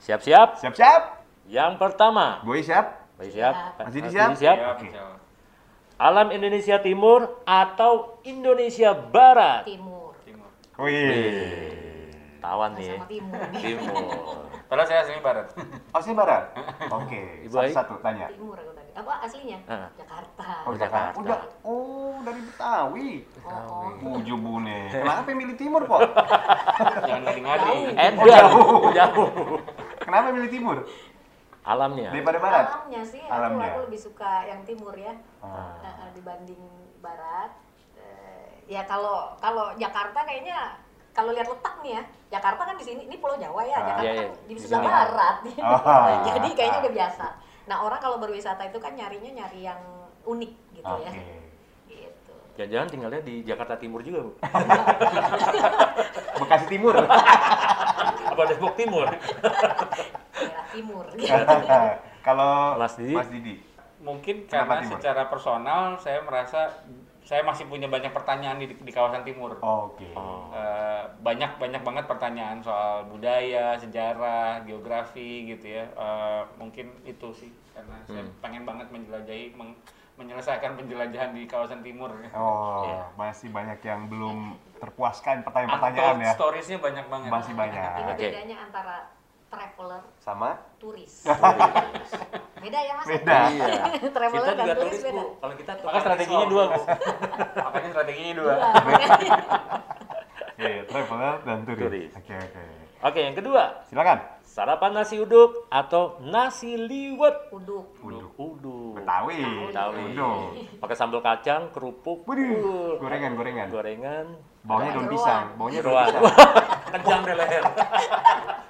Siap-siap. Siap-siap? Yang pertama. Boy siap? Baik siap. Mas Didi siap? Ya, Oke. Jawa. Alam Indonesia Timur atau Indonesia Barat. timur Timur. Wih. Tawan nih. sama timur Timur. Padahal saya asli barat. Oh, sini barat? Oke. Ibu Ai. Satu-satu tanya. timur aku tadi apa aslinya Ah. Jakarta Oh, Jakarta. Jakarta. Udah. Oh, dari Betawi. oh, Iya. oh. Ujubune. Kenapa milih timur, kok? Jangan ngadi-ngadi. Eh, Oh, jauh. jauh. ya. Kenapa milih timur? Alamnya. Daripada barat? alamnya sih Alamnya. Aku, aku lebih suka yang timur ya Ah. Eh, eh, dibanding barat Eh, ya kalau kalau Jakarta kayaknya kalau lihat letak nih ya Jakarta kan di sini ini Pulau Jawa ya Ah. Iya, Jakarta kan iya. di Di sebelah sini. barat Ah. jadi kayaknya Ah. udah biasa nah orang kalau berwisata itu kan nyarinya nyari yang unik gitu Oke. ya gitu Jangan-jangan tinggalnya di Jakarta Timur juga, Bu. Bekasi Timur. Apa Depok Timur? daerah timur gitu. Kalau Iya. Mas Didi. Mas Didi. Mungkin Kenapa karena timur? secara personal saya merasa saya masih punya banyak pertanyaan di, di kawasan timur. Oke. Oh. Eh, banyak banyak banget pertanyaan soal budaya, sejarah, geografi gitu ya. Eh, mungkin itu sih karena saya pengen banget menjelajahi meng- menyelesaikan penjelajahan di kawasan timur. Oh, Iya. masih banyak yang belum terpuaskan pertanyaan-pertanyaan Untold ya. stories-nya banyak banget. Masih Nah, ini banyak. Oke. bedanya antara traveler Sama? turis beda ya mas Ya. Beda. Iya. traveler Kita dan juga turis tulis, kan beda Bu. Kalau kita Maka strateginya dua, Bu. Makanya strateginya dua. Iya. Iya, traveler dan Turis. turis. Oke, oke. Oke, yang kedua. Silakan. Sarapan nasi uduk atau nasi liwet? uduk Uduk. Uduk. Betawi. Betawi. Uduk. Pakai sambal kacang, kerupuk, Waduh, uh, gorengan, gorengan. gorengan, Baunya Ada daun jeroan. pisang, baunya daun jeroan. pisang. Kejam deh leher.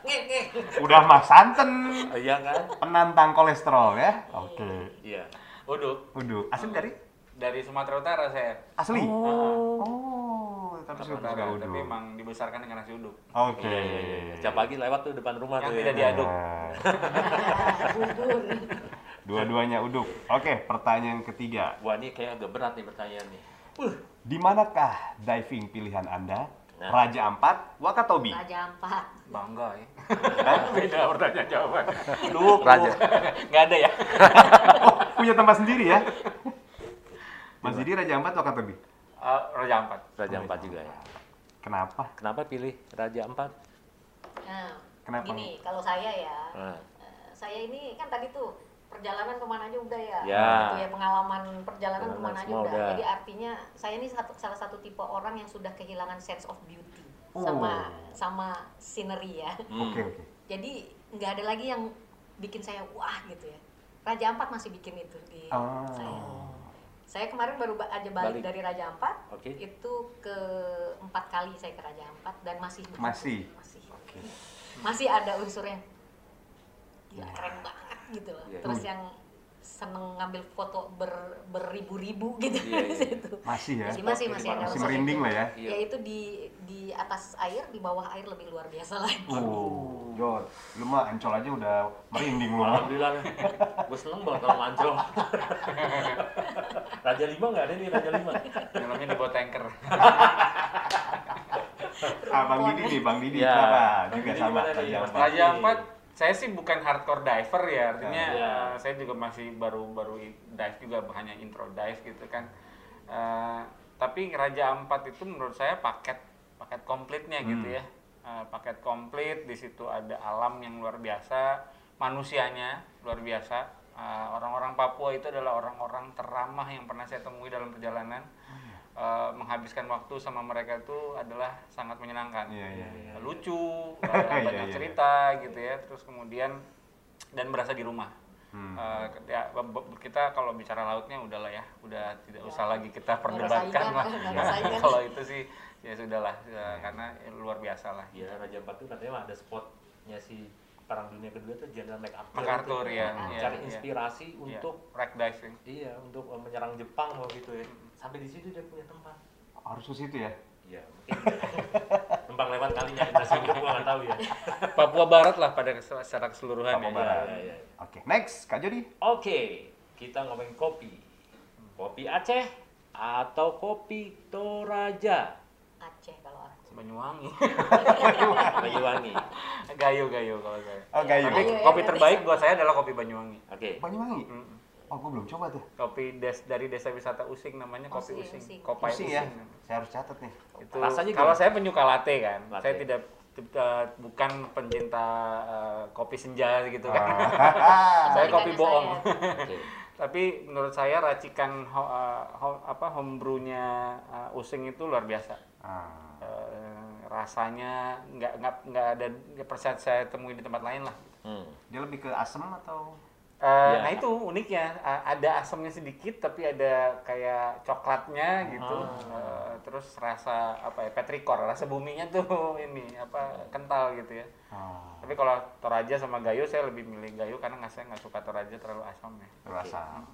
Ngeh, ngeh. Udah mah santen, Iya kan? penantang kolesterol ya. Oke. Iya. Uduk Uduk. Asli dari dari Sumatera Utara saya. asli. Oh. Oh, tapi sudah Sumatera Utara, uduk. tapi emang dibesarkan dengan nasi uduk. Oke. Iya, iya, iya. Setiap pagi lewat tuh depan rumah Yang tuh. tidak ya. diaduk. Nah, Ah, bubur. Dua-duanya uduk. Oke, pertanyaan ketiga. Wah, ini kayak agak berat nih pertanyaan nih. Di manakah diving pilihan Anda? Nah. Raja Ampat, Wakatobi. Raja Ampat. Bangga ya. Beda pertanyaan jawaban. Duk, Raja. Nggak ada ya. Oh, punya tempat sendiri ya. Mas Didi Raja Ampat, Wakatobi. Eh, Raja Ampat. Raja Empat juga ya. Kenapa? Kenapa pilih Raja Empat? Nah, Kenapa? Gini, kalau saya ya, Nah, eh, saya ini kan tadi tuh perjalanan kemana aja udah ya. Ya. Gitu ya pengalaman perjalanan Pengalaman kemana aja semua udah. udah. Jadi artinya saya ini satu, salah satu tipe orang yang sudah kehilangan sense of beauty Oh. sama sama scenery ya. hmm. Oke, oke. Jadi nggak ada lagi yang bikin saya wah gitu ya. Raja Ampat masih bikin itu di Ah. saya. Saya kemarin baru ba- aja balik, Balik. dari Raja Ampat. Oke. Itu ke empat kali saya ke Raja Ampat dan masih Masih. masih Oke. masih ada unsurnya. Gila, keren banget gitu loh. Iya. Terus yang seneng ngambil foto ber, beribu-ribu gitu Iya, iya, di iya. situ. Masih ya. Masih masih masih ada Masih unsur merinding itu. lah ya. Iya. Ya itu di di atas air, di bawah air lebih luar biasa lagi. Oh, Jod, lu mah ancol aja udah merinding lu. Alhamdulillah, gue seneng banget kalau mancong. Raja Lima nggak ada nih Raja Lima. Dalamnya dibawa tanker. Ah, Bang Didi nih, Bang Didi Ya. kenapa? Bang Juga Didi sama Iya, gimana nih, Raja Mas Ampat. Raja Ampat, saya sih bukan hardcore diver ya. Artinya Ya. eh, saya juga masih baru-baru i- dive juga hanya intro dive gitu kan. Eh, tapi Raja Ampat itu menurut saya paket paket komplitnya gitu ya. Eh, paket komplit di situ ada alam yang luar biasa, manusianya luar biasa. Eh, orang-orang Papua itu adalah orang-orang teramah yang pernah saya temui dalam perjalanan. Eh, menghabiskan waktu sama mereka itu adalah sangat menyenangkan Iya, iya. lucu, eh, Iya, iya. banyak cerita gitu ya. Terus kemudian dan berasa di rumah. Eh, ketika- be- be- kita kalau bicara lautnya udahlah ya, udah tidak usah lagi kita perdebatkan saingan, lah. Iya, nggak ada saingan. kalau itu sih ya sudahlah eh, karena eh, luar biasa lah. Iya Raja Empat tuh katanya mah ada spotnya si perang dunia kedua tuh Jenderal MacArthur. MacArthur, tuh. ya, Nah, iya, Cari iya. inspirasi Iya, untuk wreck diving. iya untuk eh, menyerang Jepang mau gitu ya. Sampai di situ dia punya tempat. Harus ke situ ya. Iya mungkin. Numpang lewat kali nyari nasi uduk gue nggak tahu ya. Papua Barat lah pada kes- secara keseluruhan Papua ya. Barat. Iya, iya, iya. Oke, next Kak Jody. Oke, kita ngomongin kopi. Kopi Aceh atau kopi Toraja? Aceh kalau aku. Banyuwangi. Banyuwangi. gayo gayo kalau saya. Oh, Gayo. Tapi Gayo ya, kopi nanti terbaik sama. buat saya adalah kopi Banyuwangi. Oke. Banyuwangi. Mm-mm. Oh, gue belum coba tuh. Kopi des dari desa wisata Using namanya kopi Using, Using. Using. Kopi Pusing Using. ya. Saya harus catat nih. Itu Rasanya kalau gimana? saya penyuka latte kan. Latte. Saya tidak eh, bukan pencinta eh, kopi senja gitu kan. Ah. saya kopi Kebalikannya bohong. saya. Oke. Tapi menurut saya racikan ho, eh, ho- apa homebrew-nya eh, Using itu luar biasa. Ah. Eh, rasanya nggak nggak nggak ada nggak persen saya temui di tempat lain lah. Hmm. Dia lebih ke asem atau Eh, Ya. Nah itu uniknya A- ada asamnya sedikit tapi ada kayak coklatnya gitu, Eh, terus rasa apa ya petrikor, rasa buminya tuh ini apa kental gitu ya. ah, Tapi kalau toraja sama gayo saya lebih milih gayo karena nggak saya nggak suka toraja terlalu asam ya. rasa.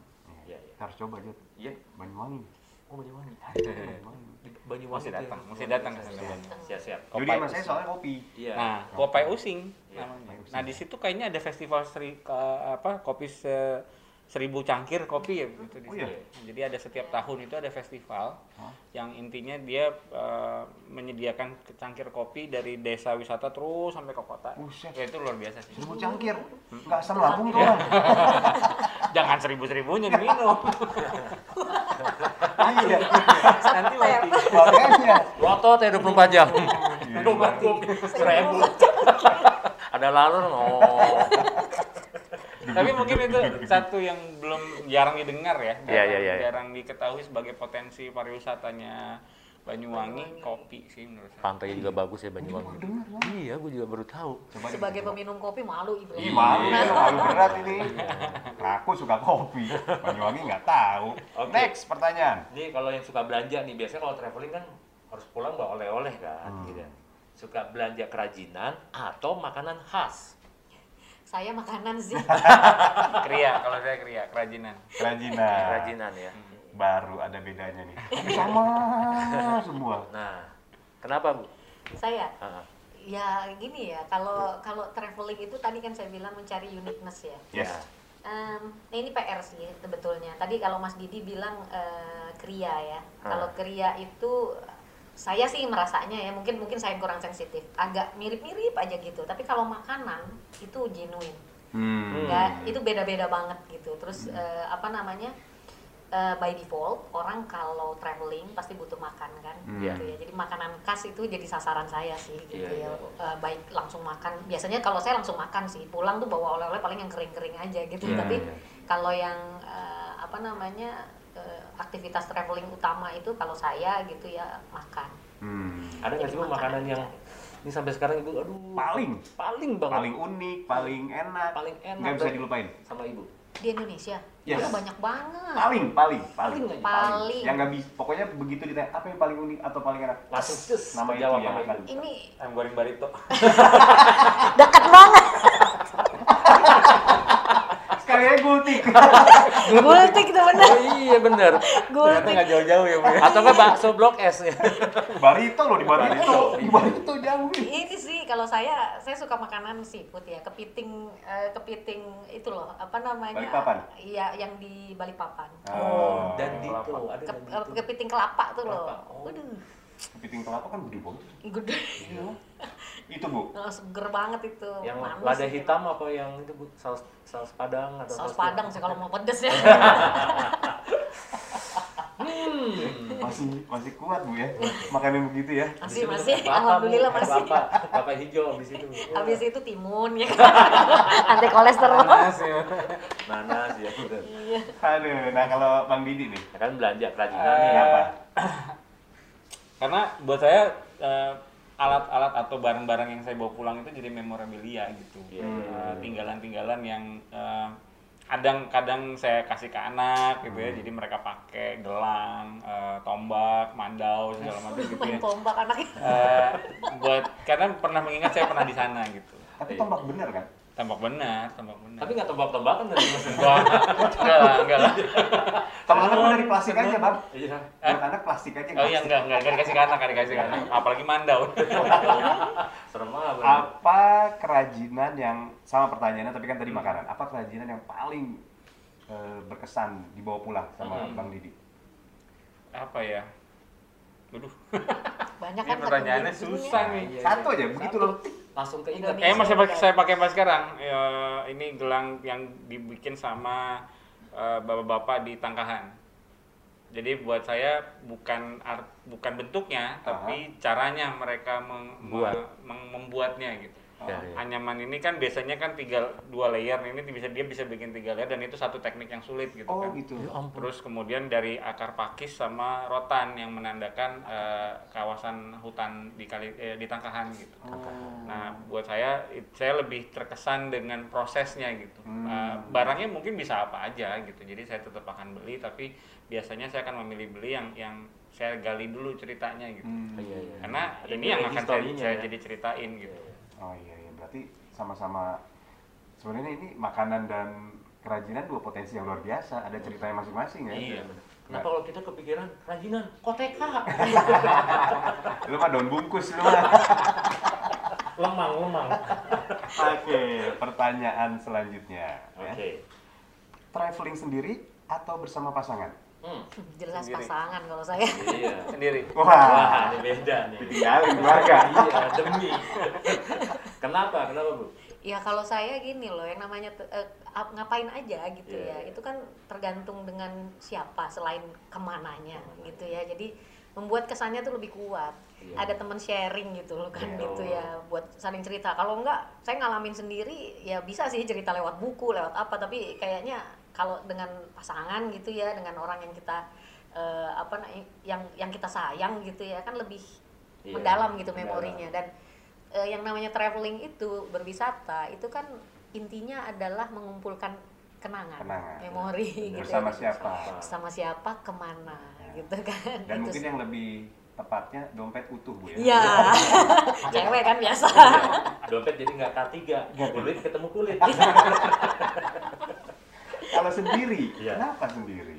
Iya, Iya, iya. Harus coba, Jod. Iya. Banyuwangi. Oh Banyuwangi. Banyuwangi. Banyuwangi. itu Mesti ya. datang, mesti datang ke sana. Siap siap. Jadi Kopai sama saya Using. soalnya kopi. Iya. Nah, Oke. Kopai Using Iya, namanya. Kopai Using. Nah, di situ kayaknya ada festival seri ke- apa kopi se- seribu cangkir kopi ya gitu di Oh, iya. situ. Jadi ada setiap tahun itu ada festival Hah? yang intinya dia eh, menyediakan cangkir kopi dari desa wisata terus sampai ke kota. Buset. Ya itu luar biasa sih. Seribu cangkir. Hmm? Enggak asam lambung tuh, Iya. Bang. Jangan seribu-seribunya diminum. Nanti- Nanti mati. Iya. Makanya. Rotot ya 24 jam. Nanti mati. Seribu. Ada lalur no. Tapi mungkin itu satu yang belum jarang didengar ya. Iya, iya, iya. Jarang diketahui sebagai potensi pariwisatanya Banyuwangi, kopi sih menurut saya. Pantai juga bagus ya Banyuwangi. Iya, gue juga baru tahu. Sebagai peminum kopi malu Ibu. Ih, malu ya, malu berat ini. Nah, Aku suka kopi. Banyuwangi nggak tahu. Oke. Next pertanyaan. Ini kalau yang suka belanja nih, biasanya kalau traveling kan harus pulang bawa oleh-oleh kan, Hmm. gitu. Suka belanja kerajinan atau makanan khas. Saya makanan sih. Kria, kalau saya kria, kerajinan. Kerajinan. Kerajinan ya. Baru ada bedanya nih. Sama semua. Nah, kenapa bu? saya Ah, ya gini ya kalau kalau traveling itu tadi kan saya bilang mencari uniqueness ya Yes. Em, nah ini PR sih sebetulnya. Tadi kalau Mas Didi bilang eh, kria ya. Hmm. Kalau kria itu saya sih merasanya ya mungkin mungkin saya kurang sensitif. Agak mirip-mirip aja gitu. Tapi kalau makanan itu genuine. Hmm. Nggak- Nah, itu beda-beda banget gitu. Terus eh, apa namanya? eh, by default orang kalau traveling pasti butuh makan kan Hmm. gitu ya. Jadi makanan khas itu jadi sasaran saya sih gitu Iya, ya. iya. Eh, baik langsung makan. Biasanya kalau saya langsung makan sih. Pulang tuh bawa oleh-oleh paling yang kering-kering aja gitu. Iya, Tapi iya. kalau yang eh, apa namanya? eh, aktivitas traveling utama itu kalau saya gitu ya makan. Hmm. Ada nggak sih Bu, makanan yang ini sampai sekarang ibu, aduh Paling. paling banget Paling unik, paling enak. Paling enak. Nggak bisa dilupain. sama ibu. Di Indonesia Yes. itu banyak banget. Paling, paling, paling. Paling. Paling. Yang nggak bisa. Pokoknya begitu ditanya apa yang paling unik atau paling enak. Langsung cus, Nama itu ya, kan? terjawab yang sama akan. ibu. Ini Ayam goreng barito. dekat banget. Sekali aja gultik. Gultik tuh bener. Oh iya bener. Ternyata Gultik. nggak jauh-jauh ya, Bu. ya. Atau nggak bakso blok S ya? Barito loh di Barito. Di Barito jauh. Ini sih kalau saya saya suka makanan seafood ya, kepiting eh, kepiting itu loh, apa namanya? Balikpapan? Iya, yang di Balikpapan. Oh, dan di itu ada Ke- dan di eh, itu. kepiting kelapa tuh loh. Kelapa, oh. Iya. Waduh, Kepiting kelapa kan gede banget. gede. Itu bu. Oh, seger banget itu. Yang Manis lada itu. hitam apa yang itu bu? Saus saus padang atau saus Saus padang sih tiram? kalau mau pedes ya. Hmm. Masih masih kuat bu ya. Makanan begitu ya. Di Masih situ masih, kelapa, Bu. alhamdulillah masih. Kelapa, Iya. kelapa hijau di situ. Wah, Habis itu timun ya kan. Anti kolesterol. Panas ya. Nanas ya bener. Iya. Aduh. Nah kalau Bang Didi nih. Ya kan belanja kerajinan nih. ya. Eh, Kenapa? Karena buat saya eh, alat-alat atau barang-barang yang saya bawa pulang itu jadi memorabilia gitu. Iya. Eh, Tinggalan-tinggalan yang eh, kadang-kadang saya kasih ke anak gitu Hmm. ya. Jadi mereka pakai gelang, eh, tombak, mandau segala macam gitu Main ya. tombak anaknya. Eh, buat karena pernah mengingat saya pernah di sana gitu. Tapi tombak bener kan? Tambah benar, tambah benar. Tapi nggak tombak-tombakan dari mesin. enggak, enggak lah, enggak lah. Kalau anak mah dari plastik aja bang. Iya. Kalau anak plastik aja. Eh? Oh iya enggak, enggak, enggak dikasih ke anak, enggak dikasih ke anak. Apalagi mandau. Serem banget. Apa kerajinan yang sama pertanyaannya tapi kan tadi Hmm. makanan. Apa kerajinan yang paling Hmm. eh, berkesan dibawa pulang sama Bang Didi? apa ya Aduh, Banyak ini kan pertanyaannya satu minggu susah Nah, nih. iya, Satu iya. aja, begitu lo tik. Langsung keinget. Indonesia. Eh, masih pakai Iya. saya pakai mas sekarang. Ya, ini gelang yang dibikin sama eh, bapak-bapak di Tangkahan. Jadi buat saya bukan art, bukan bentuknya, tapi caranya mereka meng- Buat. meng- membuatnya gitu. Ya, ya. Anyaman ini kan biasanya kan tiga dua layer ini bisa dia bisa bikin tiga layer dan itu satu teknik yang sulit gitu Oh kan. gitu. Ya ampun. Terus kemudian dari akar pakis sama rotan yang menandakan eh, kawasan hutan di kali eh, di Tangkahan gitu. Oh. Nah, buat saya it- saya lebih terkesan dengan prosesnya gitu. Eh, barangnya mungkin bisa apa aja gitu. Jadi saya tetap akan beli tapi biasanya saya akan memilih beli yang yang saya gali dulu ceritanya gitu. Hmm. Iya, iya. Karena Ada ini yang nilai akan saya, historinya saya ya. jadi ceritain gitu. Oh iya iya, berarti sama-sama sebenarnya ini makanan dan kerajinan dua potensi yang luar biasa, ada ceritanya masing-masing ya. Iya. Kenapa kalau kita kepikiran kerajinan koteka? Lu mah daun bungkus lu mah. lemang, lemang. Oke, pertanyaan selanjutnya. Oke. Ya. Traveling sendiri atau bersama pasangan? Hmm. Hmm, Jelas Sendiri. pasangan kalau saya. Iya. Sendiri. Wah, Wah, ini beda nih. tinggalin keluarga. iya, demi. Kenapa? Kenapa, Bu? Ya kalau saya gini loh, yang namanya te- eh, ap- ngapain aja gitu Iya, iya. ya. Itu kan tergantung dengan siapa selain kemananya gitu ya. Jadi membuat kesannya tuh lebih kuat. Iya. oh. Ada teman sharing gitu loh kan Iya. gitu ya buat saling cerita. Kalau enggak saya ngalamin sendiri ya bisa sih cerita lewat buku, lewat apa tapi kayaknya kalau dengan pasangan gitu ya, dengan orang yang kita eh, apa na- yang yang kita sayang gitu ya kan lebih Iya, mendalam gitu mendalam. memorinya dan eh, yang namanya traveling itu berwisata itu kan intinya adalah mengumpulkan kenangan, Kenangan. memori gitu Bersama ya. siapa? sama siapa kemana gitu kan Dan Itu mungkin sih. yang lebih tepatnya dompet utuh bu ya. Iya, cewek kan biasa. Dompet jadi nggak K3, kulit ketemu kulit. Iya, Kalau sendiri, Iya. kenapa sendiri? Eh,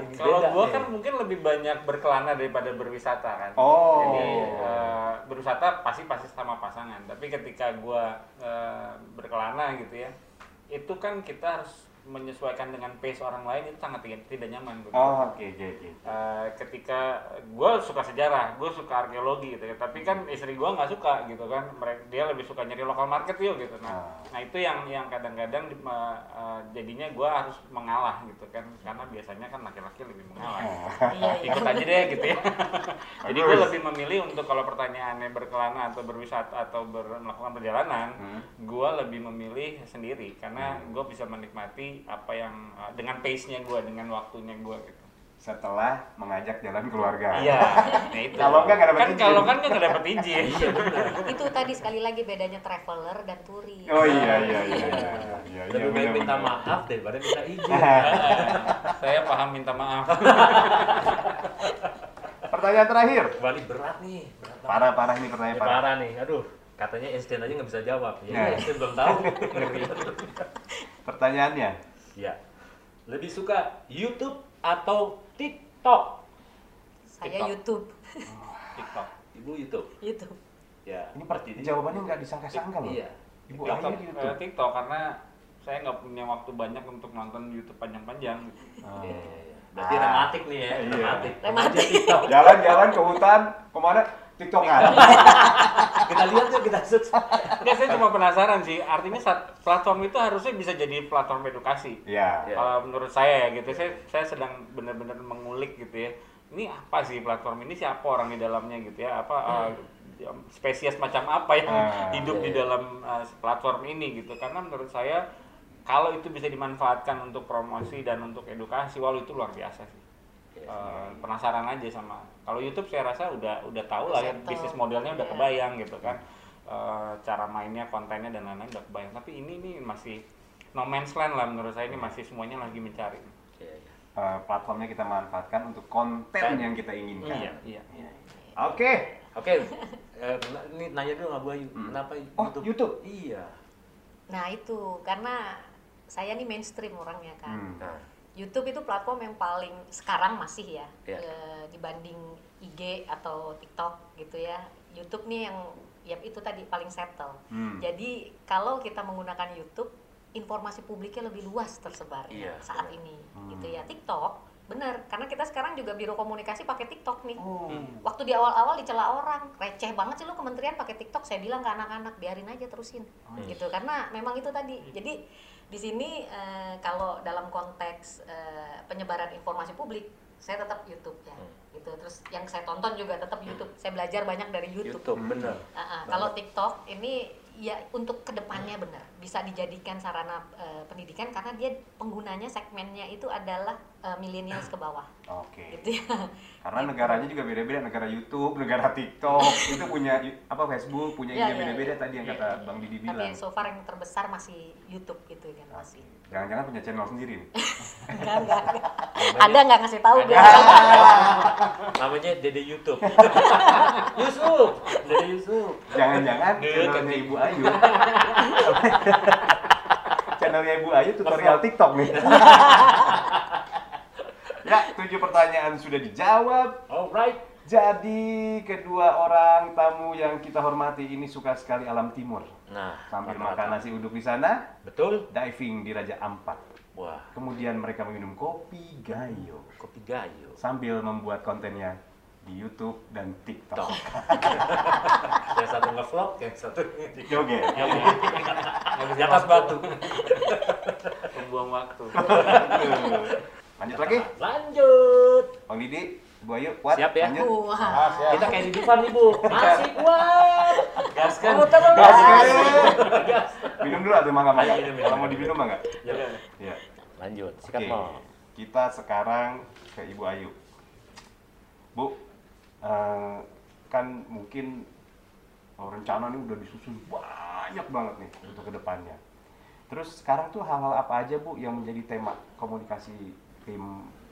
ini kalau beda gua nih. kan mungkin lebih banyak berkelana daripada berwisata kan. Oh. Jadi eh, berwisata pasti pasti sama pasangan. Tapi ketika gua eh, berkelana gitu ya, itu kan kita harus menyesuaikan dengan pace orang lain itu sangat tidak, tidak nyaman. gua. Oh, oke oke oke. Eh, ketika gue suka sejarah, gue suka arkeologi gitu ya. Tapi Hmm. kan istri gue nggak suka gitu kan. Mereka dia lebih suka nyari lokal market yuk gitu. Nah, Ah. nah itu yang yang kadang-kadang di- me- eh, jadinya gue harus mengalah gitu kan. Karena biasanya kan laki-laki lebih mengalah. Iya, iya. Ikut aja deh gitu ya. Jadi gue Ah. Bagus. lebih memilih untuk kalau pertanyaannya berkelana atau berwisata atau ber- melakukan perjalanan, Hmm. gue lebih memilih sendiri karena gue bisa menikmati apa yang eh, dengan pace-nya gue, dengan waktunya gue gitu. Setelah mengajak jalan keluarga. Iya. nah itu. Kalau enggak, nggak dapat kan izin. Iya. kalau kan nggak dapat izin. Iya, Itu tadi sekali lagi bedanya traveler dan turis. Oh iya iya iya iya. iya, iya, Lebih baik benar, minta benar. Iya. maaf daripada minta izin. Saya paham minta maaf. Pertanyaan terakhir. Kembali berat nih. Berat banget. Parah parah ini pertanyaan Ini parah. parah nih, aduh. Katanya Einstein aja nggak bisa jawab. Nah. Ya, Einstein belum tahu. Ngeri. Pertanyaannya, ya. Lebih suka YouTube atau TikTok? Iya. Saya YouTube, TikTok. Ibu YouTube. YouTube. Ya. ini per- jawabannya nggak disangka-sangka loh. Iya. Ibu gitu. TikTok, akhirnya di eh, YouTube. TikTok karena saya nggak punya waktu banyak untuk nonton YouTube panjang-panjang. gitu. Iya, Ah. iya, iya. Berarti Ah. rematik nih ya, Iya. rematik. Rematik. Aja TikTok. Jalan-jalan ke hutan, kemana? Tiktokan. Kita lihat tuh kita search. Nggak, saya cuma penasaran sih. Artinya saat platform itu harusnya bisa jadi platform edukasi. Iya. Iya. Kalau menurut saya ya gitu, saya saya sedang benar-benar mengulik gitu ya. Ini apa sih platform ini? Siapa orang di dalamnya gitu ya? Apa eh, spesies macam apa yang Hmm. Ah, hidup di dalam eh, platform ini gitu? Karena menurut saya kalau itu bisa dimanfaatkan untuk promosi dan untuk edukasi, walau itu luar biasa sih. Eh, penasaran aja sama. Kalau YouTube saya rasa udah udah tahu lah ya Settle. bisnis modelnya udah Iya. kebayang gitu kan. Eh, cara mainnya, kontennya dan lain-lain udah kebayang. Tapi ini nih masih no man's land lah menurut saya ini masih semuanya lagi mencari. Iya, iya. Eh, platformnya kita manfaatkan untuk konten yang kita inginkan. Iya. Iya. Oke. Oke, eh, kena- ini nanya dulu nggak Bu Ayu, kenapa Oh, YouTube? Iya. Nah itu karena saya nih mainstream orangnya kan. Hmm. Nah, YouTube itu platform yang paling sekarang masih ya Iya. eh, dibanding IG atau TikTok gitu ya. YouTube nih yang ya itu tadi paling settle. Hmm. Jadi kalau kita menggunakan YouTube, informasi publiknya lebih luas tersebar Iya, saat benar. ini gitu ya. TikTok Bener, karena kita sekarang juga biro komunikasi pakai TikTok nih. Oh. Waktu di awal-awal dicela orang, receh banget sih lu kementerian pakai TikTok. Saya bilang ke anak-anak, biarin aja terusin. Gitu karena memang itu tadi. Jadi di sini eh, kalau dalam konteks eh, penyebaran informasi publik, saya tetap YouTube ya. Gitu. Terus yang saya tonton juga tetap YouTube. Saya belajar banyak dari YouTube. YouTube bener Ah, ah. kalau TikTok ini ya untuk kedepannya benar bisa dijadikan sarana eh, pendidikan karena dia penggunanya segmennya itu adalah eh, millennials ke bawah Oke. gitu ya Karena negaranya juga beda-beda, negara YouTube, negara TikTok, itu punya i- apa Facebook, punya ide Ya, ya, beda-beda ya. tadi yang kata Bang Didi bilang. tapi so far yang terbesar masih YouTube gitu kan Iya. Oke. masih Jangan-jangan punya channel sendiri nih. enggak, enggak, enggak. ada nggak ngasih tahu Ada. gue namanya Dede YouTube Yusuf Dede Yusuf Jangan-jangan Dulu channelnya kan- Ibu Ayu. channelnya Ibu Ayu tutorial TikTok nih. ya, tujuh pertanyaan sudah dijawab. alright Jadi kedua orang tamu yang kita hormati ini suka sekali alam timur. nah Sambil rata-rata. makan nasi uduk di sana, betul diving di Raja Ampat. wah Kemudian mereka minum kopi gayo kopi gayo sambil membuat kontennya di YouTube dan Tok. TikTok. yang satu ngevlog yang satu Joget. di atas batu Membuang waktu. Lanjut lagi. lanjut Bang Didi, Bu Ayu, kuat. Siap ya. Lanjut. wah kita kayak di Divan nih bu masih kuat Gaskan. Kamu tenang, Gas, Mas. gas. Gas. Minum dulu atau mangga mangga. Minum, minum. Kalau mau diminum mangga. Ya. Iya. lanjut sikat Oke. mau Kita sekarang ke Ibu Ayu. Bu, eh, kan mungkin oh, rencana ini udah disusun banyak banget nih untuk kedepannya. Terus sekarang tuh hal-hal apa aja Bu yang menjadi tema komunikasi tim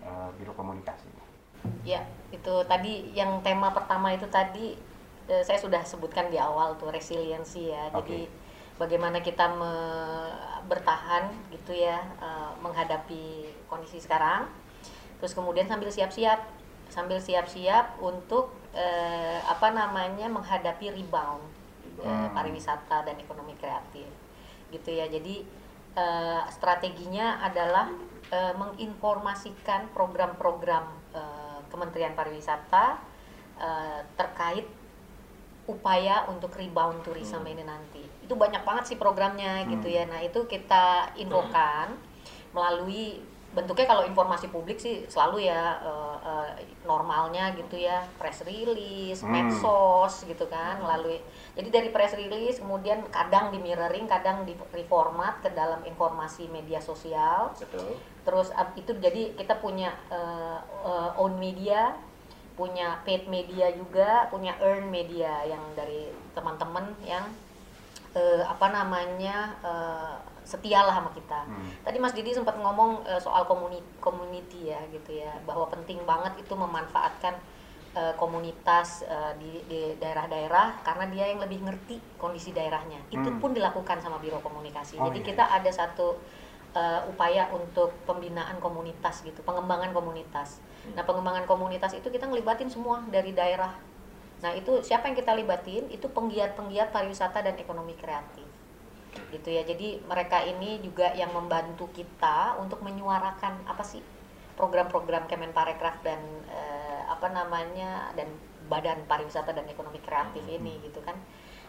eh, biro komunikasi? Ya, itu tadi yang tema pertama itu tadi eh, saya sudah sebutkan di awal tuh resiliensi ya. Jadi bagaimana kita me- bertahan gitu ya eh, menghadapi kondisi sekarang. Terus kemudian sambil siap-siap, sambil siap-siap untuk eh, apa namanya menghadapi rebound eh, Hmm. pariwisata dan ekonomi kreatif gitu ya. Jadi eh, strateginya adalah eh, menginformasikan program-program eh, Kementerian Pariwisata eh, terkait upaya untuk rebound tourism Hmm. ini nanti. Itu banyak banget sih programnya gitu ya. Nah, itu kita infokan melalui bentuknya kalau informasi publik sih selalu ya eh, eh, normalnya gitu ya, press release, Hmm. medsos gitu kan, melalui jadi dari press release kemudian kadang di mirroring, kadang di reformat ke dalam informasi media sosial betul terus ab- itu jadi kita punya eh, eh, own media punya paid media juga punya earn media yang dari teman-teman yang eh, apa namanya eh, setialah sama kita Hmm. tadi Mas Didi sempat ngomong eh, soal community, community ya gitu ya bahwa penting banget itu memanfaatkan eh, komunitas eh, di di daerah-daerah karena dia yang lebih ngerti kondisi daerahnya itu Hmm. pun dilakukan sama biro komunikasi Oh, jadi iya. kita ada satu eh, upaya untuk pembinaan komunitas gitu, pengembangan komunitas. Hmm. Nah, pengembangan komunitas itu kita ngelibatin semua dari daerah. Nah, itu siapa yang kita libatin? Itu penggiat-penggiat pariwisata dan ekonomi kreatif. Gitu ya. Jadi, mereka ini juga yang membantu kita untuk menyuarakan apa sih program-program Kemenparekraf dan eh, apa namanya dan Badan Pariwisata dan Ekonomi Hmm, Kreatif ini gitu kan.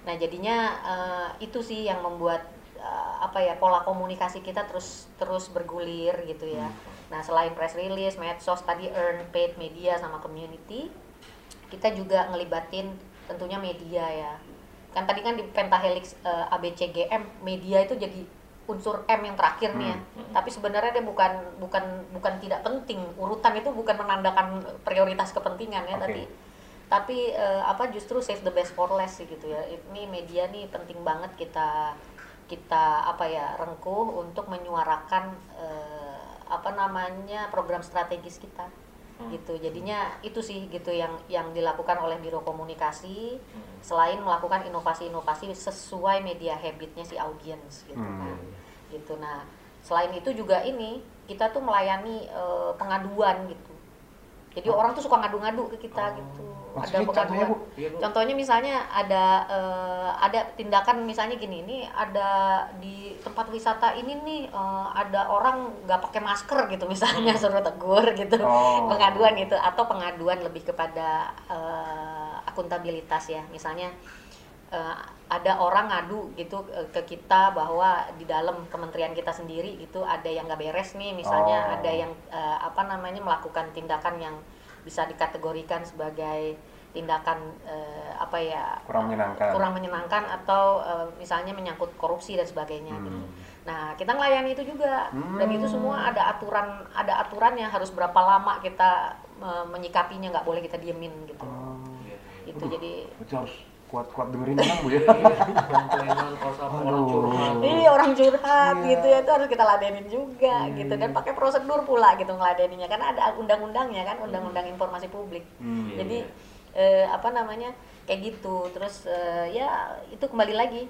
Nah, jadinya eh, itu sih yang membuat eh, apa ya pola komunikasi kita terus terus bergulir gitu ya. Nah selain press release, medsos tadi earn paid media sama community, kita juga ngelibatin tentunya media ya. Kan tadi kan di Pentahelix eh, ABCGM media itu jadi unsur M yang terakhir nih ya. Tapi sebenarnya dia bukan bukan bukan tidak penting. Urutan itu bukan menandakan prioritas kepentingan ya, Oke. tapi tapi eh, apa justru save the best for last sih gitu ya ini media nih penting banget kita kita apa ya rengkuh untuk menyuarakan eh, apa namanya program strategis kita Hmm. gitu jadinya itu sih gitu yang yang dilakukan oleh biro komunikasi selain melakukan inovasi-inovasi sesuai media habitnya si audiens gitu Hmm. kan gitu nah selain itu juga ini kita tuh melayani eh, pengaduan gitu Jadi orang tuh suka ngadu-ngadu ke kita gitu. Oh. Maksudnya contohnya, Bu? Iya, Bu. Contohnya misalnya ada eh, ada tindakan misalnya gini, ini ada di tempat wisata ini nih eh, ada orang nggak pakai masker gitu Hmm. misalnya suruh tegur gitu. Oh. Pengaduan gitu atau pengaduan lebih kepada eh, akuntabilitas ya. Misalnya eh, ada orang ngadu gitu eh, ke kita bahwa di dalam kementerian kita sendiri gitu ada yang nggak beres nih misalnya Oh. ada yang eh, apa namanya melakukan tindakan yang bisa dikategorikan sebagai tindakan eh, apa ya Kurang menyenangkan. kurang menyenangkan atau eh, misalnya menyangkut korupsi dan sebagainya gitu. Hmm. Nah, kita ngelayani itu juga. Dan itu Hmm. semua ada aturan ada aturannya harus berapa lama kita eh, menyikapinya nggak boleh kita diemin gitu. Hmm. Iya. Itu jadi Berarti harus kuat-kuat dengerin orang bu ya. Komplainan kalau sama orang Aduh. curhat. Ini Iya, orang curhat Iya. gitu ya, itu harus kita ladenin juga gitu dan pakai prosedur pula gitu ngeladeninnya karena ada undang-undangnya kan, undang-undang informasi publik. Hmm. Iya, Jadi iya. eh, apa namanya kayak gitu, terus eh, ya itu kembali lagi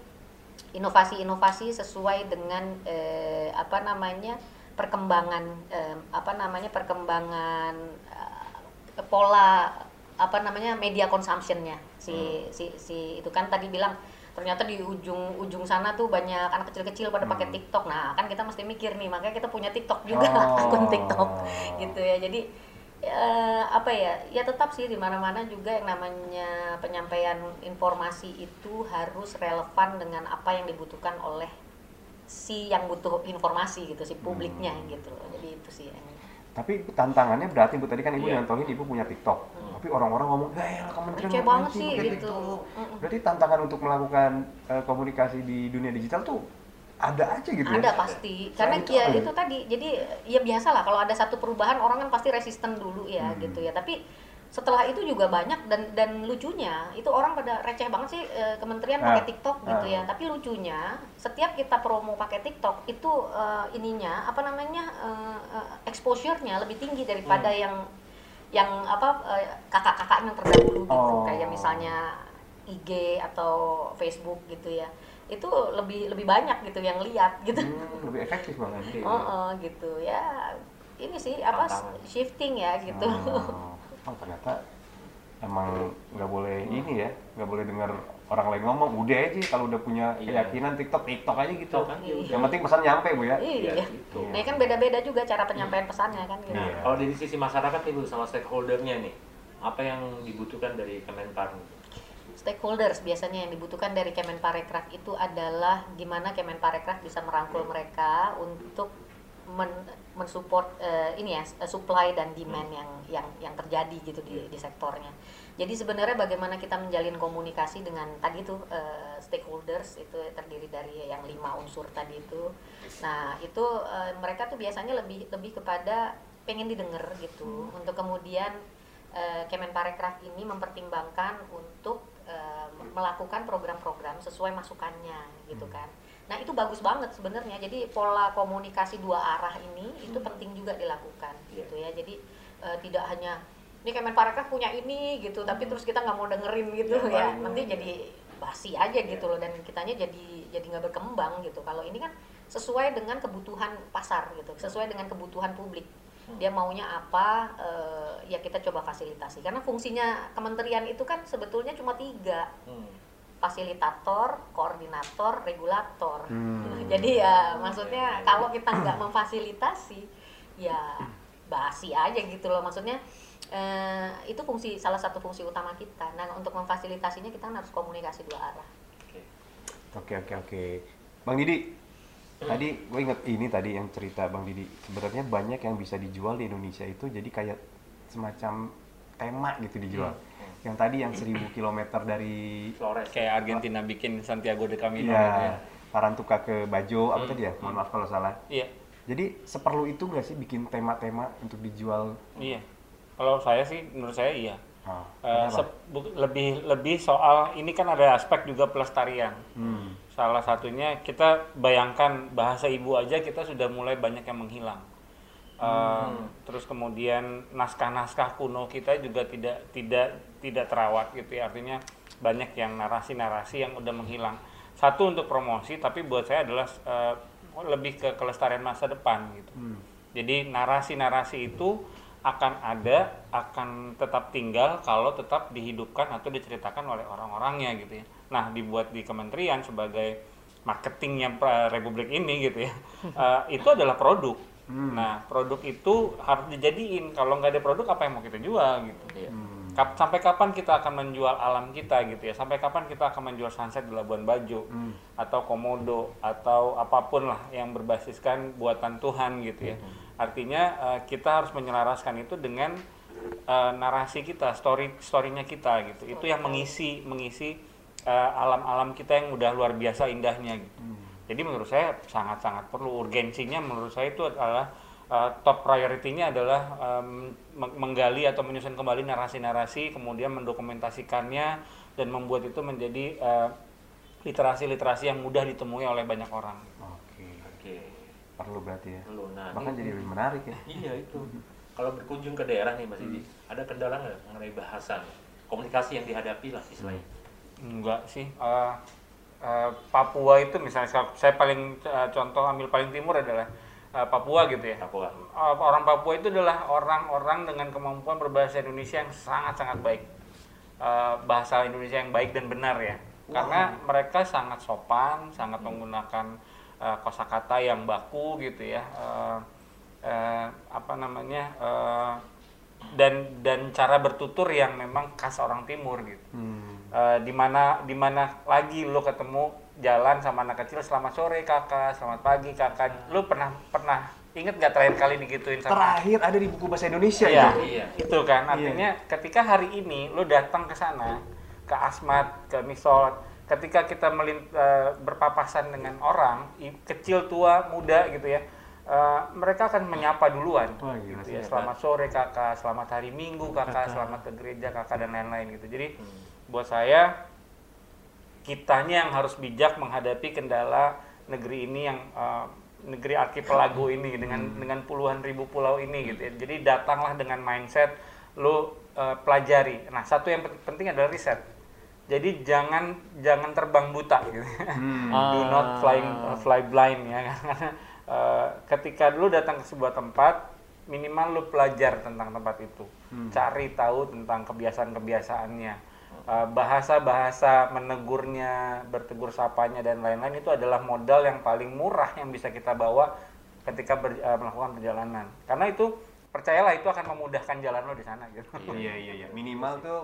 inovasi-inovasi sesuai dengan eh, apa namanya perkembangan eh, apa namanya perkembangan eh, pola apa namanya media consumptionnya si si si itu kan tadi bilang ternyata di ujung ujung sana tuh banyak anak kecil-kecil pada pakai TikTok nah kan kita mesti mikir nih makanya kita punya TikTok juga Oh. akun Iya, TikTok gitu ya jadi eh, apa ya ya tetap sih di mana-mana juga yang namanya penyampaian informasi itu harus relevan dengan apa yang dibutuhkan oleh si yang butuh informasi gitu si publiknya gitu loh jadi itu sih yang Tapi tantangannya berarti bu tadi kan ibu Iya. nyontohin ibu punya TikTok. Tapi orang-orang ngomong, "Ya ya kementerian ngapain Receh Hmm. banget sih," pakai gitu. TikTok?" Mm-mm. Berarti tantangan untuk melakukan eh, komunikasi di dunia digital tuh ada aja gitu ya. ada pasti karena Soalnya itu ya apa ya? itu tadi jadi ya biasa lah kalau ada satu perubahan orang kan pasti resisten dulu ya Hmm. gitu ya tapi setelah itu juga banyak dan dan lucunya itu orang pada receh banget sih eh, kementerian Ah. pakai TikTok gitu Ah. ya tapi lucunya setiap kita promo pakai TikTok itu eh, ininya apa namanya eh, eh, exposure-nya lebih tinggi daripada Hmm. yang yang apa eh, kakak-kakak yang terdahulu gitu Oh. kayak misalnya IG atau Facebook gitu ya itu lebih lebih banyak gitu yang lihat gitu Hmm, lebih efektif Iya. banget. Oh, oh, gitu ya. Ini sih apa Tantangan. shifting ya gitu. Oh, oh, ternyata emang nggak boleh ini ya, nggak boleh dengar orang lain ngomong. Udah aja kalau udah punya Iya. keyakinan TikTok, TikTok aja gitu. Tuh kan, ya udah. Yang penting pesan nyampe bu ya. Iya, Iya. gitu. Nah, kan beda-beda juga cara penyampaian pesannya kan gitu. Iya. Kalau dari sisi masyarakat nih Bu sama stakeholdernya nih, apa yang dibutuhkan dari Kemenpan? Stakeholders biasanya yang dibutuhkan dari Kemenparekraf itu adalah gimana Kemenparekraf bisa merangkul mereka untuk men- mensupport eh, ini ya eh, supply dan demand yang yang yang terjadi gitu di, di sektornya. Jadi sebenarnya bagaimana kita menjalin komunikasi dengan tadi tuh eh, stakeholders itu terdiri dari yang lima unsur tadi itu. Nah itu eh, mereka tuh biasanya lebih lebih kepada pengen didengar gitu untuk kemudian eh, Kemenparekraf ini mempertimbangkan untuk eh, melakukan program-program sesuai masukannya gitu kan. Nah itu bagus banget sebenarnya. Jadi pola komunikasi dua arah ini itu penting juga dilakukan gitu ya. Jadi eh, tidak hanya ini Kemenparekraf punya ini gitu, tapi terus kita nggak mau dengerin gitu Ya, ya. paling- Nanti jadi basi aja gitu loh dan kitanya jadi jadi nggak berkembang gitu. Kalau ini kan sesuai dengan kebutuhan pasar gitu, sesuai dengan kebutuhan publik. Hmm. Dia Iya. maunya apa eh, ya kita coba fasilitasi. Karena fungsinya kementerian itu kan sebetulnya cuma tiga Hmm. fasilitator, koordinator, regulator. Hmm. Jadi ya maksudnya kalau kita nggak memfasilitasi, ya basi aja gitu loh. Maksudnya eh, itu fungsi salah satu fungsi utama kita. Nah untuk memfasilitasinya kita kan harus komunikasi dua arah. Oke. Oke oke oke. Bang Didi, tadi gue inget ini tadi yang cerita Bang Didi. Sebenarnya banyak yang bisa dijual di Indonesia itu jadi kayak semacam tema gitu dijual. Hmm. Yang tadi yang 1000 kilometer dari Flores. Kayak Argentina bikin Santiago de Camino gitu ya. Hmm. ya, Parantuka ke Bajo, apa tadi ya? Mohon maaf kalau salah. Iya, Jadi seperlu itu nggak sih bikin tema-tema untuk dijual? iya. Kalau saya sih menurut saya iya. Ah, Eh, kenapa? sep- bu- lebih lebih soal ini kan ada aspek juga pelestarian. Hmm. Salah satunya kita bayangkan bahasa ibu aja kita sudah mulai banyak yang menghilang. Eh, Terus kemudian naskah-naskah kuno kita juga tidak tidak tidak terawat gitu ya. Artinya banyak yang narasi-narasi yang udah menghilang. Satu untuk promosi, tapi buat saya adalah eh, lebih ke kelestarian masa depan gitu. Jadi narasi-narasi itu akan ada, akan tetap tinggal kalau tetap dihidupkan atau diceritakan oleh orang-orangnya gitu ya. Nah, dibuat di kementerian sebagai marketingnya pra- Republik ini gitu ya, eh, itu adalah produk. Nah, produk itu harus dijadiin. Kalau nggak ada produk, apa yang mau kita jual gitu ya. Hmm. Kap- sampai kapan kita akan menjual alam kita gitu ya? Sampai kapan kita akan menjual sunset di Labuan Bajo atau Komodo atau apapun lah yang berbasiskan buatan Tuhan gitu ya. Artinya eh, kita harus menyelaraskan itu dengan eh, narasi kita, story storynya kita gitu. Itu yang mengisi mengisi eh, alam-alam kita yang udah luar biasa indahnya gitu. Jadi menurut saya sangat-sangat perlu urgensinya menurut saya itu adalah eh, top priority-nya adalah em, meng- menggali atau menyusun kembali narasi-narasi, kemudian mendokumentasikannya dan membuat itu menjadi eh, literasi-literasi yang mudah ditemui oleh banyak orang. Oke. Oke. Perlu berarti ya. Perlu nah. Bahkan jadi lebih menarik ya. Iya itu. Kalau berkunjung ke daerah nih Mas Didi, ada kendala nggak mengenai bahasan, komunikasi yang dihadapi lah istilahnya? Enggak sih. Eh, eh, Papua itu misalnya saya- saya paling eh, contoh ambil paling timur adalah eh, Papua gitu ya. Papua. Uh, orang Papua itu adalah orang-orang dengan kemampuan berbahasa Indonesia yang sangat-sangat baik. Uh, bahasa Indonesia yang baik dan benar ya. Karena mereka sangat sopan, sangat menggunakan uh, kosakata yang baku gitu ya. Uh, uh, apa namanya? uh, dan dan cara bertutur yang memang khas orang timur gitu. Hmm. Eh, di mana di mana lagi lo ketemu jalan sama anak kecil selamat sore kakak selamat pagi kakak lo pernah pernah inget gak terakhir kali digituin sama Terakhir ada di buku bahasa Indonesia Iya, itu. Iya. itu kan artinya ketika hari ini lo datang ke sana ke Asmat ke Misol ketika kita melin- eh, berpapasan dengan orang i- kecil tua muda gitu ya eh, mereka akan menyapa duluan Wah, gila gitu ya selamat sore kakak selamat hari minggu kakak selamat ke gereja kakak dan lain-lain gitu jadi buat saya kitanya yang harus bijak menghadapi kendala negeri ini yang eh, negeri arkipelago ini dengan dengan puluhan ribu pulau ini gitu ya. Jadi datanglah dengan mindset lu eh, pelajari. Nah, satu yang pen- penting adalah riset. Jadi jangan jangan terbang buta gitu. Hmm. Do not flying fly blind ya karena eh, ketika lu datang ke sebuah tempat minimal lu belajar tentang tempat itu cari tahu tentang kebiasaan-kebiasaannya Eh, bahasa-bahasa menegurnya bertegur sapanya dan lain-lain itu adalah modal yang paling murah yang bisa kita bawa ketika ber- eh, melakukan perjalanan karena itu percayalah itu akan memudahkan jalan lo di sana gitu Iya iya iya. Minimal tuh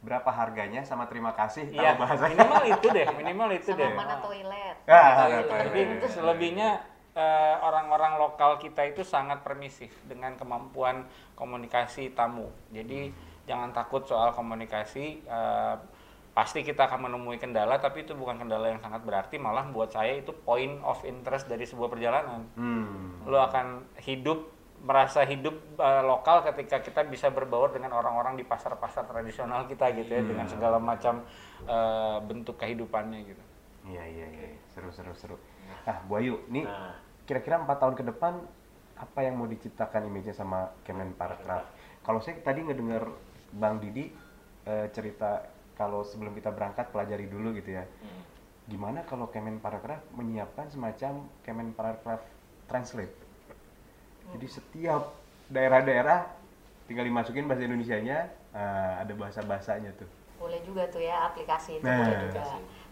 berapa harganya sama terima kasih iya kalau bahasanya. minimal itu deh minimal itu Sama deh mana toilet? Ah, Nah, Jadi itu selebihnya eh, orang-orang lokal kita itu sangat permisif dengan kemampuan komunikasi tamu. Jadi jangan takut soal komunikasi. eh, pasti kita akan menemui kendala, tapi itu bukan kendala yang sangat berarti. Malah buat saya itu point of interest dari sebuah perjalanan. Hmm. Lo akan hidup merasa hidup eh, lokal ketika kita bisa berbaur dengan orang-orang di pasar-pasar tradisional kita gitu ya dengan segala macam eh, bentuk kehidupannya gitu. Iya iya iya. Seru seru seru. Nah, Bu Ayu, nih Nah. kira-kira empat tahun ke depan apa yang mau diciptakan image-nya sama Kemenparekraf? Kalau saya tadi ngedengar Bang Didi eh, cerita kalau sebelum kita berangkat pelajari dulu gitu ya. Gimana kalau Kemenparekraf menyiapkan semacam Kemenparekraf Translate? Jadi setiap daerah-daerah tinggal dimasukin bahasa Indonesianya, eh, ada bahasa-bahasanya tuh. boleh juga tuh ya aplikasi itu Nah. boleh juga.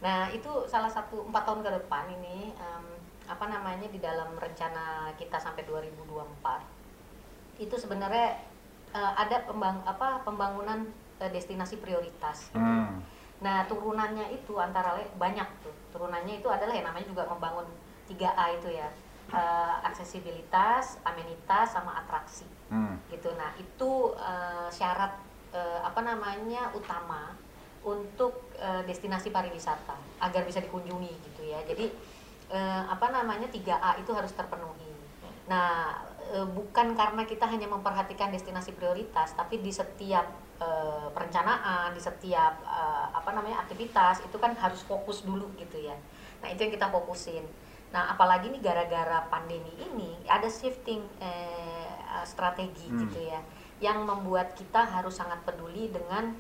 Nah itu salah satu empat tahun ke depan ini em, apa namanya di dalam rencana kita sampai 2024 itu sebenarnya eh, ada pembang apa pembangunan eh, destinasi prioritas. Hmm. Nah turunannya itu antara lain banyak tuh turunannya itu adalah yang namanya juga membangun 3A itu ya Eh, aksesibilitas, amenitas, sama atraksi Hmm. gitu nah itu eh, syarat eh, apa namanya utama untuk eh, destinasi pariwisata agar bisa dikunjungi gitu ya jadi eh, apa namanya 3A itu harus terpenuhi nah eh, bukan karena kita hanya memperhatikan destinasi prioritas tapi di setiap eh, perencanaan di setiap eh, apa namanya aktivitas itu kan harus fokus dulu gitu ya nah itu yang kita fokusin nah apalagi nih gara-gara pandemi ini ada shifting eh, eh, strategi gitu ya yang membuat kita harus sangat peduli dengan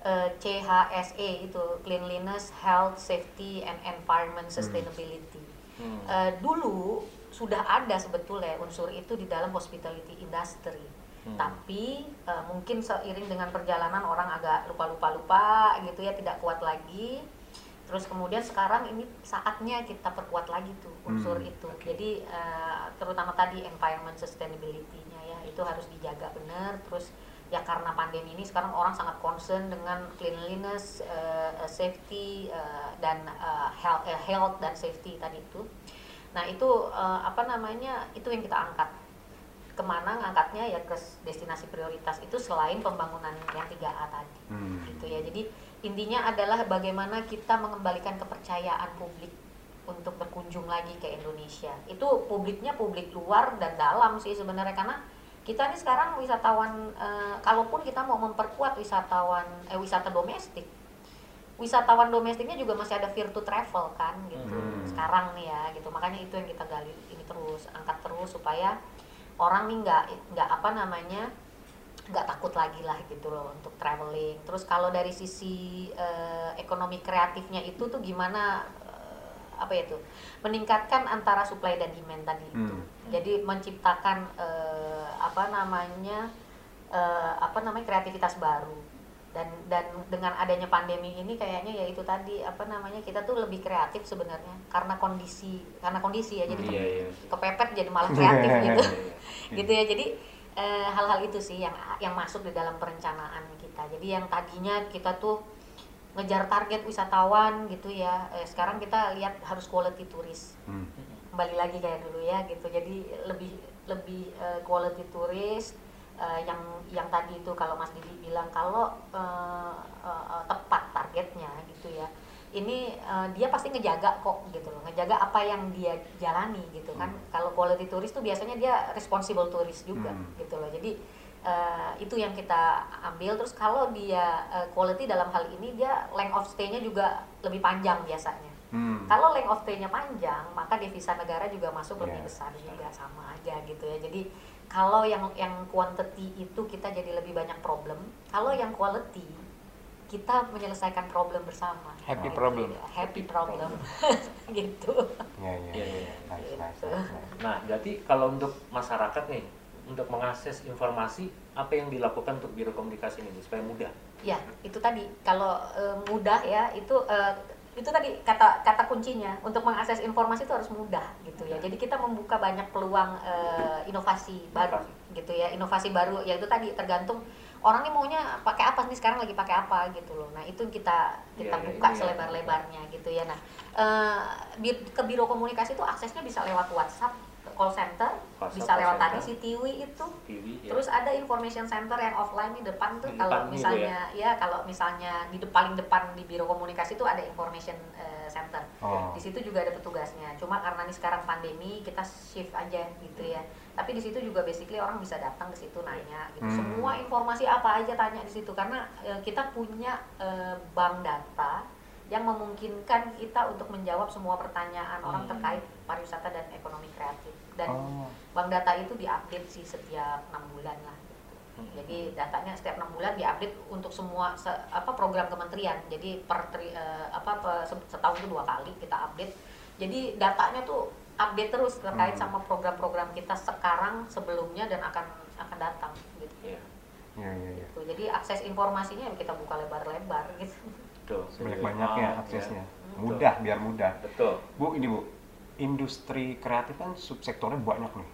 eh, CHSE E itu cleanliness, health, safety and environment sustainability. Hmm. Eh, dulu sudah ada sebetulnya unsur itu di dalam hospitality industry. tapi eh, mungkin seiring dengan perjalanan orang agak lupa-lupa-lupa gitu ya tidak kuat lagi terus kemudian sekarang ini saatnya kita perkuat lagi tuh unsur Hmm, itu jadi eh, terutama tadi environment sustainability-nya ya itu harus dijaga benar terus ya karena pandemi ini sekarang orang sangat concern dengan cleanliness eh, eh, safety eh, dan eh, health eh, health dan safety tadi itu nah itu eh, apa namanya itu yang kita angkat kemana ngangkatnya ya ke destinasi prioritas itu selain pembangunan yang 3A tadi Hmm. gitu ya jadi intinya adalah bagaimana kita mengembalikan kepercayaan publik untuk berkunjung lagi ke Indonesia itu publiknya publik luar dan dalam sih sebenarnya karena kita nih sekarang wisatawan eh, kalaupun kita mau memperkuat wisatawan eh wisata domestik wisatawan domestiknya juga masih ada fear to travel kan gitu Hmm. sekarang nih ya gitu makanya itu yang kita gali ini terus angkat terus supaya orang nih nggak nggak apa namanya nggak takut lagi lah gitu loh untuk traveling terus kalau dari sisi eh, ekonomi kreatifnya itu tuh gimana eh, apa ya tuh meningkatkan antara supply dan demand tadi itu Hmm. jadi menciptakan eh, apa namanya eh, apa namanya kreativitas baru dan dan dengan adanya pandemi ini kayaknya ya itu tadi apa namanya kita tuh lebih kreatif sebenarnya karena kondisi karena kondisi ya jadi Iya, ke- iya. kepepet jadi malah kreatif gitu Iya. gitu ya jadi eh, hal-hal itu sih yang yang masuk di dalam perencanaan kita jadi yang tadinya kita tuh ngejar target wisatawan gitu ya eh, sekarang kita lihat harus quality turis Hmm. kembali lagi kayak dulu ya gitu jadi lebih lebih eh, quality turis eh, yang yang tadi itu kalau Mas Didi bilang kalau eh, eh, eh, tepat targetnya gitu ya ini eh, dia pasti ngejaga kok gitu loh ngejaga apa yang dia jalani gitu kan kalau quality turis tuh biasanya dia responsible turis juga Hmm. gitu loh jadi eh, itu yang kita ambil terus kalau dia eh, quality dalam hal ini dia length of stay-nya juga lebih panjang biasanya Hmm. kalau length of stay-nya panjang, maka devisa negara juga masuk lebih Iya, besar juga sama aja gitu ya. Jadi kalau yang yang quantity itu kita jadi lebih banyak problem, kalau yang quality kita menyelesaikan problem bersama. Happy Gitu problem. ya. Happy problem. gitu. Ya, ya, Iya, ya. iya. Nice, nice, nice, nice. Nah, berarti kalau untuk masyarakat nih, untuk mengakses informasi, apa yang dilakukan untuk biro komunikasi ini supaya mudah? Ya, itu tadi kalau eh, mudah ya, itu eh, itu tadi kata kata kuncinya untuk mengakses informasi itu harus mudah gitu ya. Jadi kita membuka banyak peluang eh, inovasi baru gitu ya. Inovasi baru yaitu tadi tergantung orang ini maunya pakai apa nih sekarang lagi pakai apa gitu loh. Nah, itu kita kita Iya, iya, buka ini ya. selebar-lebarnya gitu ya. Nah, eh, bi- ke biro komunikasi itu aksesnya bisa lewat WhatsApp call center, WhatsApp, bisa call lewat tadi center. si Tiwi itu TV, ya. Terus ada information center yang offline di depan tuh Di depan kalau gitu misalnya ya, kalau misalnya di de- paling depan di biro komunikasi itu ada information eh, center. Oh. Di situ juga ada petugasnya. Cuma karena ini sekarang pandemi kita shift aja gitu ya. Tapi di situ juga basically orang bisa datang ke situ nanya gitu. Hmm. Semua informasi apa aja tanya di situ karena eh, kita punya eh, bank data yang memungkinkan kita untuk menjawab semua pertanyaan orang Hmm. terkait pariwisata dan ekonomi kreatif dan Oh. bank data itu diupdate sih setiap enam bulan lah gitu. Hmm. jadi datanya setiap enam bulan diupdate untuk semua se- apa program kementerian jadi per tri- eh, apa pe- se- setahun itu dua kali kita update jadi datanya tuh update terus terkait Hmm. sama program-program kita sekarang sebelumnya dan akan akan datang gitu Ya, Ya, ya, ya. Gitu. jadi akses informasinya kita buka lebar-lebar gitu betul. Ah, Sebanyak-banyaknya aksesnya. ya. Mudah, biar mudah. Betul. Betul. Bu, ini Bu. Industri kreatif kan subsektornya banyak nih.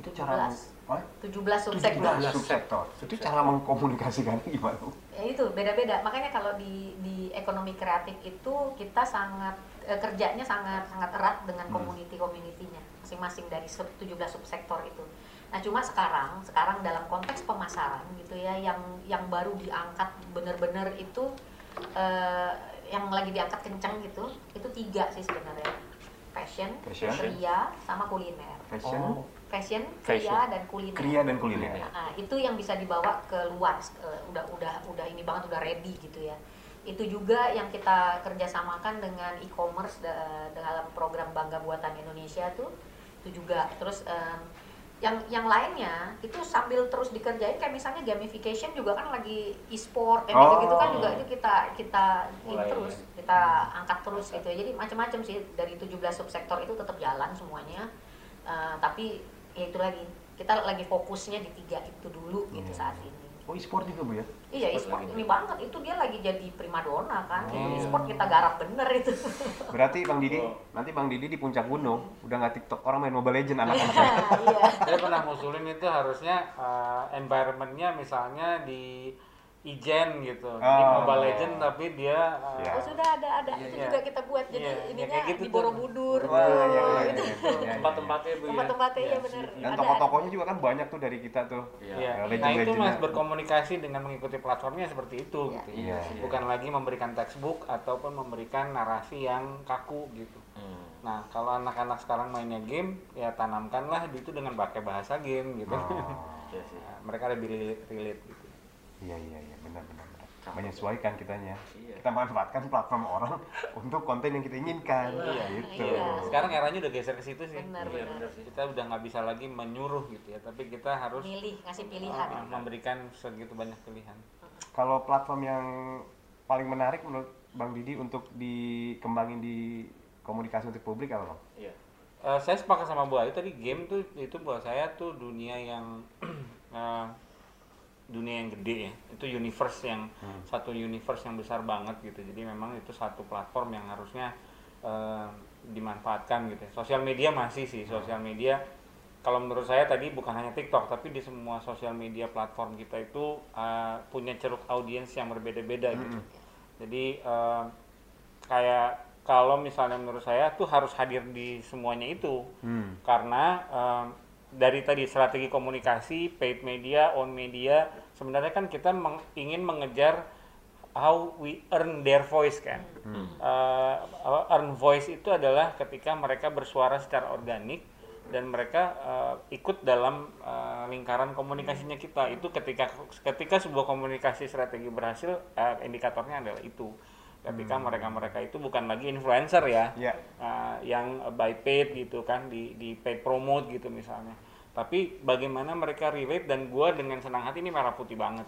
Itu cara meng- 17. Hah? 17 subsektor 17 Nah, subsektor. Itu Subsektor. cara mengkomunikasikannya gimana, Bu? ya itu beda-beda makanya kalau di di ekonomi kreatif itu kita sangat eh, kerjanya sangat sangat erat dengan Hmm. community community-nya masing-masing dari sub- 17 subsektor itu nah cuma sekarang sekarang dalam konteks pemasaran gitu ya yang yang baru diangkat bener-bener itu eh, yang lagi diangkat kenceng gitu itu tiga sih sebenarnya fashion, Fashion. kria sama kuliner Fashion, Oh, fashion, Fashion. kria dan kuliner kriya dan kuliner. Kuliner. Nah, itu yang bisa dibawa ke luar eh, udah udah udah ini banget udah ready gitu ya itu juga yang kita kerjasamakan dengan e-commerce da- dalam program bangga buatan Indonesia tuh itu juga terus em, yang yang lainnya itu sambil terus dikerjain kayak misalnya gamification juga kan lagi e-sport kayak Oh. gitu kan juga itu kita kita ini Mulai. terus kita angkat terus gitu ya jadi macam-macam sih dari 17 subsektor itu tetap jalan semuanya Eh, tapi ya itu lagi kita lagi fokusnya di tiga itu dulu gitu Iya. saat Hmm. ini Oh, e-sport juga bu ya? iya Sport e-sport lagi. ini banget itu dia lagi jadi primadona kan Oh. Hmm. e-sport kita garap bener itu Berarti Bang Didi, Oh. nanti Bang Didi di puncak gunung udah nggak TikTok orang main Mobile Legend iya anak-anak. iya saya pernah ngusulin itu harusnya eh, environmentnya misalnya di Ijen gitu di Oh. Mobile Legend tapi dia eh, Ya. Oh, sudah ada ada Iya, itu iya. juga kita buat jadi Iya, ya ininya kayak gitu di tuh. Borobudur Wah, tuh. iya, iya, iya, Itu iya, iya. Tempat-tempatnya bu ya. tempat-tempatnya Iya, ya benar sih. Dan tokoh-tokohnya juga kan banyak tuh dari kita tuh. Iya. Iya. Legend- Nah itu legendnya. mas berkomunikasi dengan mengikuti platformnya seperti itu Iya. gitu. Iya. Bukan lagi memberikan textbook ataupun memberikan narasi yang kaku gitu. Hmm. Nah kalau anak-anak sekarang mainnya game ya tanamkanlah itu dengan pakai bahasa game gitu. Oh. Iya sih. Nah, mereka lebih relate, relate gitu. Iya iya iya benar benar benar. Menyesuaikan kitanya. Iya. Kita manfaatkan platform orang untuk konten yang kita inginkan. Iya. Gitu. Iya. Sekarang eranya udah geser ke situ sih. benar Iya benar benar sih. Kita udah nggak bisa lagi menyuruh gitu ya, tapi kita harus milih ngasih pilihan uh, memberikan segitu banyak pilihan. Kalau platform yang paling menarik menurut Bang Didi untuk dikembangin di komunikasi untuk publik apa Bang? Iya. Eh, saya sepakat sama Bu Ayu tadi game tuh itu buat saya tuh dunia yang eh, dunia yang gede ya itu universe yang satu universe yang besar banget gitu jadi memang itu satu platform yang harusnya eh, dimanfaatkan gitu ya. sosial media masih sih sosial media kalau menurut saya tadi bukan hanya TikTok tapi di semua sosial media platform kita itu eh, punya ceruk audiens yang berbeda-beda gitu jadi eh, kayak kalau misalnya menurut saya tuh harus hadir di semuanya itu Hmm. karena em, dari tadi strategi komunikasi paid media on media sebenarnya kan kita meng- ingin mengejar how we earn their voice kan Eh, apa, earn voice itu adalah ketika mereka bersuara secara organik dan mereka eh, ikut dalam eh, lingkaran komunikasinya kita itu ketika ketika sebuah komunikasi strategi berhasil eh, indikatornya adalah itu ketika mereka-mereka itu bukan lagi influencer ya Iya. uh, yang by paid gitu kan di di paid promote gitu misalnya tapi bagaimana mereka relate dan gua dengan senang hati ini merah putih banget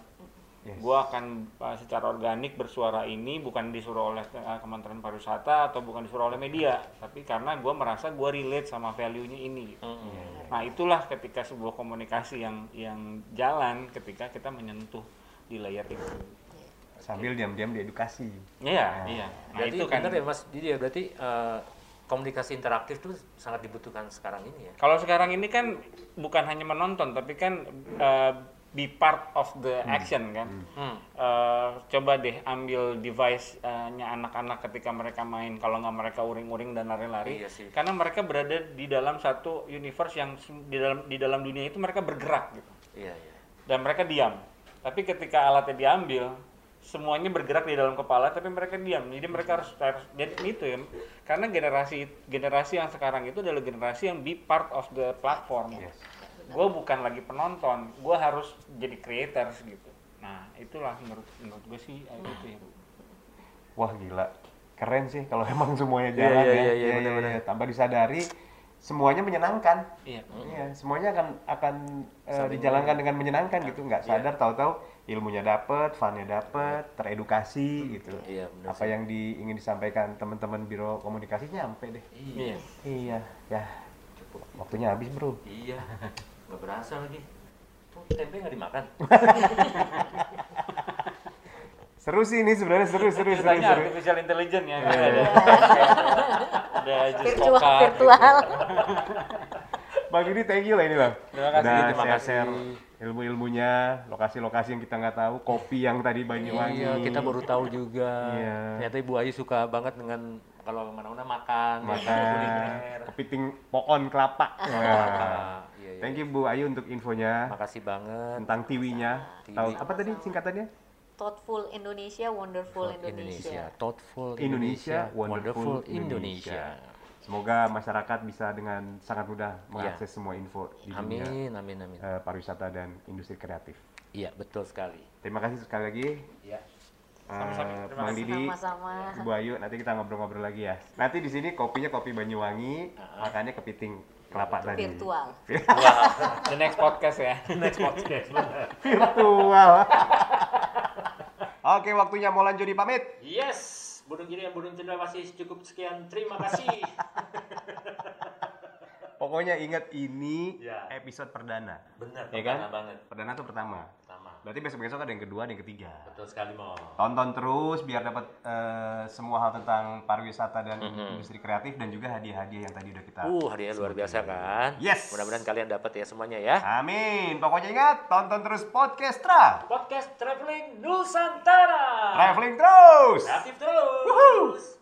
Yes. gua akan uh, secara organik bersuara ini bukan disuruh oleh uh, Kementerian Pariwisata atau bukan disuruh oleh media tapi karena gua merasa gua relate sama value-nya ini gitu. Oh. Nah, itulah ketika sebuah komunikasi yang yang jalan ketika kita menyentuh di layer itu. Sambil diam-diam diedukasi. Iya, iya. Nah, Berarti itu kan benar Oh. ya Mas Didi ya. Berarti eh, komunikasi interaktif tuh sangat dibutuhkan sekarang ini ya. Kalau sekarang ini kan bukan hanya menonton, tapi kan uh, be part of the action kan. Hmm. Uh, coba deh ambil device-nya anak-anak ketika mereka main, kalau nggak mereka uring-uring dan lari-lari. Iya sih. Karena mereka berada di dalam satu universe yang sem- di dalam di dalam dunia itu mereka bergerak gitu, Iya iya. dan mereka diam. Tapi ketika alatnya diambil, semuanya bergerak di dalam kepala, tapi mereka diam. Jadi mereka harus, harus jadi itu ya. Karena generasi generasi yang sekarang itu adalah generasi yang be part of the platform Yes. gue bukan lagi penonton gue harus jadi creators gitu nah itulah menurut menurut gue sih eh, itu ya Wah gila, keren sih kalau emang semuanya Iya, iya, jalan ya. iya, iya, Iya, iya, benar-benar. iya. Tambah disadari semuanya menyenangkan. iya Iya, semuanya akan akan eh, dijalankan dengan menyenangkan gitu, Iya. nggak sadar tahu-tahu ilmunya dapet, funnya dapet, teredukasi gitu. Iya, benar Apa yang di, ingin disampaikan teman-teman biro komunikasi nyampe deh. Iya. Iya, ya Cukup. waktunya habis bro. Iya. Nggak berasa lagi. Tuh tempe nggak dimakan. Seru sih ini sebenarnya seru seru seru ceritanya seru. artificial intelligence ya kan ada ada just virtual Coca, virtual Bang ini thank you lah ini bang. Terima kasih, Udah terima kasih. share ilmu-ilmunya, lokasi-lokasi yang kita nggak tahu, kopi yang tadi Banyuwangi. Iya, kita baru tahu juga. Iya. Ternyata Ibu Ayu suka banget dengan kalau mana-mana makan, Iya, makan kuliner. kepiting pohon kelapa. Nah. Ah, iya, iya. Thank you Bu Ayu untuk infonya Makasih banget. tentang tiwinya. Tahu apa tadi singkatannya? thoughtful Indonesia wonderful Indonesia, Thoughtful Indonesia, Indonesia, Wonderful Wonderful Indonesia. Semoga masyarakat bisa dengan sangat mudah mengakses semua info di dunia Amin, amin, amin. eh, pariwisata dan industri kreatif. Iya, betul sekali. Terima kasih sekali lagi. Iya. eh, Sama-sama, terima Bang kasih. Didi, sama-sama Bu Ayu, nanti kita ngobrol-ngobrol lagi ya. Nanti di sini kopinya kopi Banyuwangi, makannya kepiting kelapa Iya. tadi. virtual the next podcast ya Next podcast. Virtual. Oke, waktunya mau lanjut di pamit. Yes, burung jiri dan burung cendrawasih cukup sekian. Terima kasih. Pokoknya ingat ini Ya. episode perdana. Bener, Ya pertama kan? banget. Perdana tuh pertama. Pertama. Berarti besok-besok ada yang kedua, ada yang ketiga. Betul sekali mau. Tonton terus biar dapat eh, semua hal tentang pariwisata dan industri kreatif dan juga hadiah-hadiah yang tadi udah kita. Mhm. Uh, hadiahnya luar biasa kan? Yes. Mudah-mudahan kalian dapat ya semuanya ya. Amin. Pokoknya ingat tonton terus podcastra. Podcast Traveling Nusantara. Traveling terus. Kreatif terus. Wuhu.